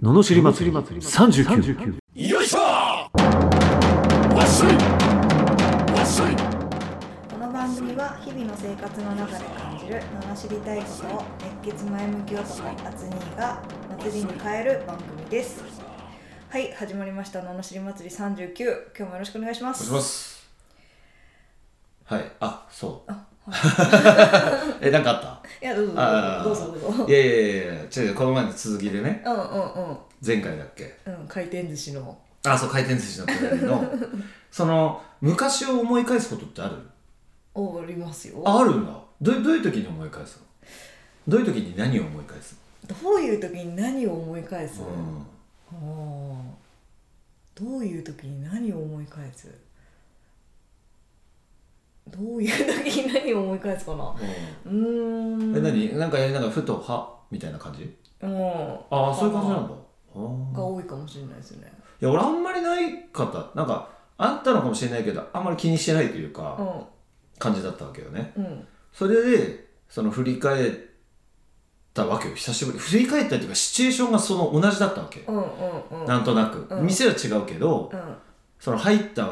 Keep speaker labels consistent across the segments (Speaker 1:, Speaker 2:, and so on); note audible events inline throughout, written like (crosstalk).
Speaker 1: ののしり祭り祭り39。
Speaker 2: この番組は日々の生活の中で感じる罵りたいことを熱血前向き男アツニーが祭りに変える番組ですはい始まりました罵り祭り39今日もよろしくお願いしま
Speaker 3: お願い
Speaker 2: す
Speaker 3: します。はい。あ、そう。
Speaker 2: あ
Speaker 3: (laughs) え、なんかあっ
Speaker 2: いやどうぞ
Speaker 3: あー
Speaker 2: どうぞどうぞどうぞ
Speaker 3: たいやいやいやいや、ちょこの前の続きでね、
Speaker 2: うんうん
Speaker 3: 前回だっけ。
Speaker 2: うんうん回転寿司の
Speaker 3: あ、そう、回転寿司のくだりの、
Speaker 2: (laughs)
Speaker 3: その、昔を思い返すことってある
Speaker 2: おありますよ
Speaker 3: あ、あるんだ。どうどういう時に思い返すのどういう時に何を思い返す
Speaker 2: どういう時に何を思い返す、
Speaker 3: の
Speaker 2: あーどういう時に何を思い返すどういう時に何を思い返すかな
Speaker 3: う
Speaker 2: うー
Speaker 3: ん。
Speaker 2: ん
Speaker 3: え、何なんか、えなんか、ふと、はみたいな感じ
Speaker 2: もう
Speaker 3: ああ、そういう感じなんだ。あ
Speaker 2: が
Speaker 3: ー
Speaker 2: 多いかもしれないですね。
Speaker 3: いや、俺あんまりないかった。なんか、あったのかもしれないけど、あんまり気にしてないという
Speaker 2: う
Speaker 3: か、
Speaker 2: ん
Speaker 3: 感じだったわけよね。
Speaker 2: うん
Speaker 3: それでその振り返ったわけよ久しぶり振り返ったっていうかシチュエーションがその同じだったわけ、
Speaker 2: うんうんうん。
Speaker 3: なんとなく、
Speaker 2: うん
Speaker 3: 店は違うけど、
Speaker 2: うん
Speaker 3: その入った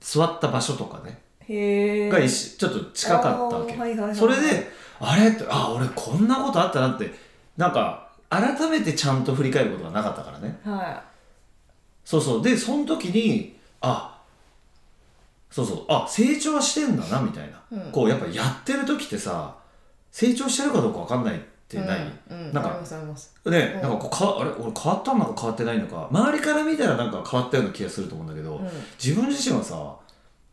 Speaker 3: 座った場所とかね、
Speaker 2: へえ。
Speaker 3: が一緒ちょっと近かったわけ、
Speaker 2: あーはいはいはい
Speaker 3: それであれってあ俺こんなことあったなってなんか改めてちゃんと振り返ることがなかったからね
Speaker 2: は
Speaker 3: そうそうでその時にあそうそうあ成長はしてんだなみたいな、
Speaker 2: うん
Speaker 3: こうやっぱやってる時ってさ成長してるかどうか分かんないっ
Speaker 2: い。
Speaker 3: てない、
Speaker 2: うんうん。
Speaker 3: なんか
Speaker 2: ありますあります。
Speaker 3: ね、
Speaker 2: うん
Speaker 3: なんかこうかあれ俺変わったのか変わってないのか周りから見たらなんか変わったような気がすると思うんだけど、
Speaker 2: うん
Speaker 3: 自分自身はさ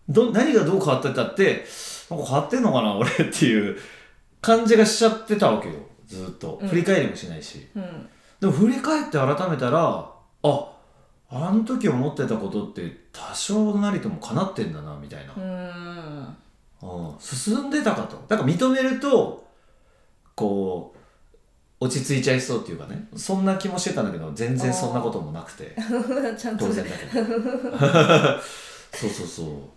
Speaker 3: ど何がどう変わってたってなんか変わってんのかな俺っていう感じがしちゃってたわけよずっと
Speaker 2: うん
Speaker 3: 振り返りもしないし、
Speaker 2: うん
Speaker 3: でも振り返って改めたらああの時思ってたことって多少なりとも叶ってんだなみたいな
Speaker 2: う、ーん
Speaker 3: うん進んでたかとだから認めるとこう落ち着いちゃいそうっていうかねそんな気もしてたんだけど全然そんなこともなくて (laughs)
Speaker 2: ちゃんと
Speaker 3: 当
Speaker 2: ね
Speaker 3: 然だけ (laughs) どそうそうそ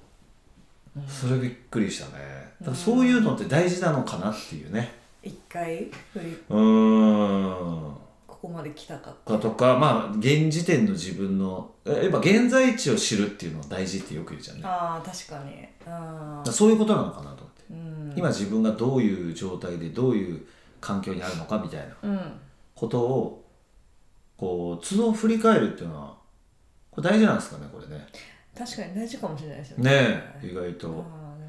Speaker 3: うそれびっくりしたねだからそういうのって大事なのかなっていうね
Speaker 2: 一回振り
Speaker 3: うーん
Speaker 2: ここまで来たか。
Speaker 3: かとかまあ現時点の自分のえやっぱ現在地を知るっていうのは大事ってよく言うじゃんねだか
Speaker 2: ああ確かに。あ
Speaker 3: らそういうことなのかなと思って
Speaker 2: ーうん。
Speaker 3: 今自分がどういう状態でどういう環境にあるのかみたいな
Speaker 2: うん
Speaker 3: ことをこう都度振り返るっていうのはこれ大事なんですかねこれね
Speaker 2: 確かに大事かもしれないですよね。
Speaker 3: ねえ意外
Speaker 2: あ
Speaker 3: と
Speaker 2: ーでも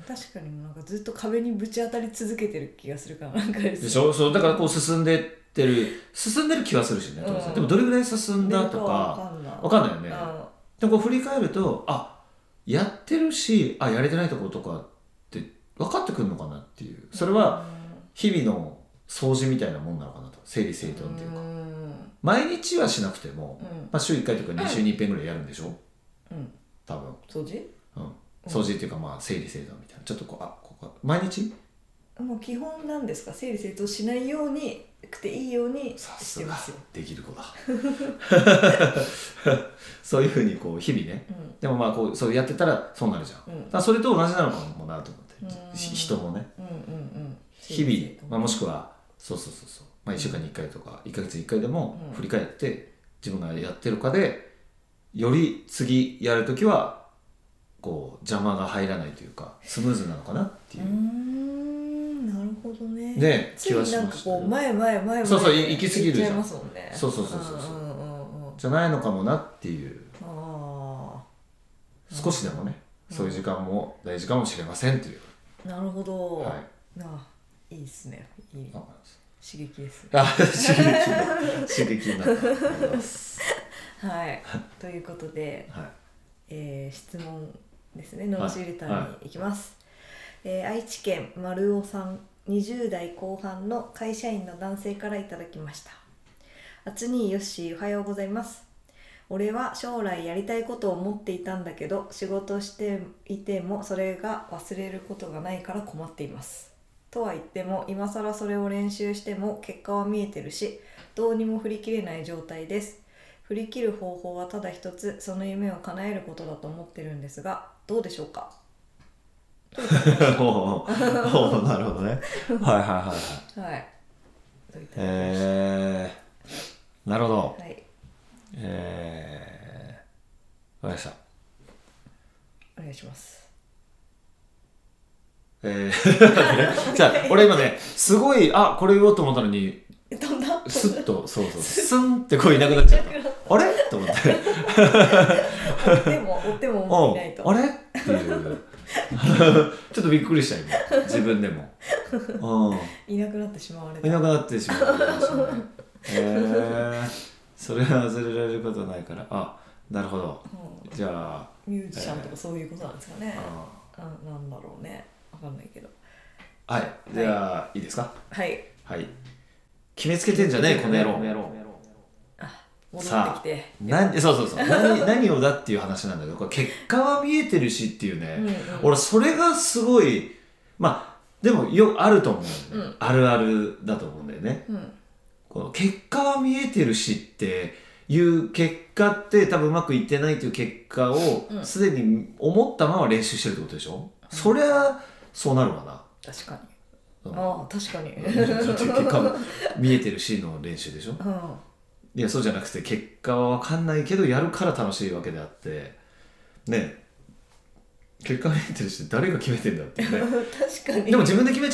Speaker 2: 確かになんかずっと壁にぶち当たり続けてる気がするからなんかで
Speaker 3: でしょそうだからこう進んでってる進んでる気はするしね当然、
Speaker 2: うん
Speaker 3: でもどれぐらい進んだとかわ
Speaker 2: わ
Speaker 3: かんないよ
Speaker 2: かん
Speaker 3: ね
Speaker 2: ない。うん
Speaker 3: でもこう振り返るとあやってるしあやれてないところとかって分かってくるのかなっていうそれは日々の掃除みたいなもんなのかなと整理整頓っていう
Speaker 2: う
Speaker 3: か
Speaker 2: ん
Speaker 3: 毎日はしなくても、
Speaker 2: うん
Speaker 3: まあ、週1回とか2週に1遍ぐらいやるんでしょ
Speaker 2: うん
Speaker 3: 多分、
Speaker 2: 掃除
Speaker 3: うん、掃除っていうかまあ整理整頓みたいなちょっとこうあここ毎日
Speaker 2: もう基本なんですか整理整頓しないようにくていいように
Speaker 3: さ
Speaker 2: し
Speaker 3: す
Speaker 2: て
Speaker 3: が
Speaker 2: ますよ。
Speaker 3: できる子だそういうふうにこう日々ね
Speaker 2: うん
Speaker 3: でもまあこうそうやってたらそうなるじゃん、
Speaker 2: うん
Speaker 3: だからそれと同じなのかもなと思って
Speaker 2: うん
Speaker 3: ひ人もね
Speaker 2: うんうんうん。
Speaker 3: 日々、まあ、もし
Speaker 2: く
Speaker 3: くはそうそうそうそう、まあ、1週間に1回とか1ヶ月に1回でも
Speaker 2: うん
Speaker 3: 振り返って自分がやってるかでより次やるときはこう邪魔が入らないというかスムーズなのかなっていう
Speaker 2: ー
Speaker 3: う、
Speaker 2: んなるほどね。
Speaker 3: ね
Speaker 2: つ
Speaker 3: 気
Speaker 2: い
Speaker 3: はし
Speaker 2: なん
Speaker 3: ま
Speaker 2: か
Speaker 3: した
Speaker 2: こう
Speaker 3: よ
Speaker 2: 前前前前
Speaker 3: そうそうい行き過ぎるじゃ
Speaker 2: 行
Speaker 3: ん
Speaker 2: っちいますもんね。
Speaker 3: そうそうそうそうそうん
Speaker 2: うんうんうん。
Speaker 3: じゃないのかもなっていう
Speaker 2: あ
Speaker 3: 少しでもね、
Speaker 2: うん
Speaker 3: そういう時間も大事かもしれませんという、
Speaker 2: あなるほど。
Speaker 3: はい
Speaker 2: なあいいですね。いい
Speaker 3: あ
Speaker 2: 刺激です。
Speaker 3: あ
Speaker 2: (laughs)
Speaker 3: 刺激に刺激になったと思います (laughs)
Speaker 2: はい。ということで。
Speaker 3: はい (laughs)
Speaker 2: えー質問ですね
Speaker 3: い
Speaker 2: ノーシレターに行きます、えー愛知県丸尾さん20代後半の会社員の男性からいただきましたあつにーよっしーおはようございます俺は将来やりたいことを持っていたんだけど仕事していてもそれが忘れることがないから困っていますとは言っても今更それを練習しても結果は見えてるしどうにも振り切れない状態です振り切る方法はただ一つその夢を叶えることだと思ってるんですがどうでしょうか
Speaker 3: おーおーなるほどねはいはいはいはい
Speaker 2: はいどういたしまし
Speaker 3: えー、なるほど
Speaker 2: たはい
Speaker 3: えー、わかりました。
Speaker 2: お願いします
Speaker 3: えー、じゃあ、俺今ね、すごい、あ、これ言おうと思ったのに、
Speaker 2: えどんな
Speaker 3: スッと、そうそう、スンってこういなくなっちゃった。あれと思って。
Speaker 2: 追っても追ってももういないと
Speaker 3: あれっていう (laughs) ちょっとびっくりした今自分でも
Speaker 2: いなくなってしまわれ
Speaker 3: うん
Speaker 2: た
Speaker 3: いなくなってしまったかもしれないへえそれは忘れられることはないからあなるほど
Speaker 2: うん
Speaker 3: じゃあ
Speaker 2: ミュージシャンとかそういうことなんですかね、
Speaker 3: あ
Speaker 2: あなんだろうねわかんないけど
Speaker 3: はいじゃあいいですか
Speaker 2: はい
Speaker 3: はい決めつけてんじゃねえこの野郎
Speaker 2: 戻
Speaker 3: さあ
Speaker 2: ってきて
Speaker 3: 何そうそうそう何 (laughs) 何をだっていう話なんだけどこれ結果は見えてるしっていうね、
Speaker 2: うんうん
Speaker 3: 俺それがすごいまあでもよあると思うんだよね、あるあるだと思うんだよね
Speaker 2: うん
Speaker 3: この結果は見えてるしっていう結果って多分うまくいってないという結果を
Speaker 2: うん
Speaker 3: すでに思ったまま練習してるってことでしょ、そりゃそうなるわ (laughs) な
Speaker 2: 確かに
Speaker 3: うん
Speaker 2: ああ確かに
Speaker 3: ちょっと結果も見えてるしの練習でしょ
Speaker 2: うん (laughs)
Speaker 3: いやそうじゃなくて結果は分かんないけどやるから楽しいわけであってね結果見えてるし誰が決めてんだっていうね
Speaker 2: (laughs) 確かに
Speaker 3: でも自分で決め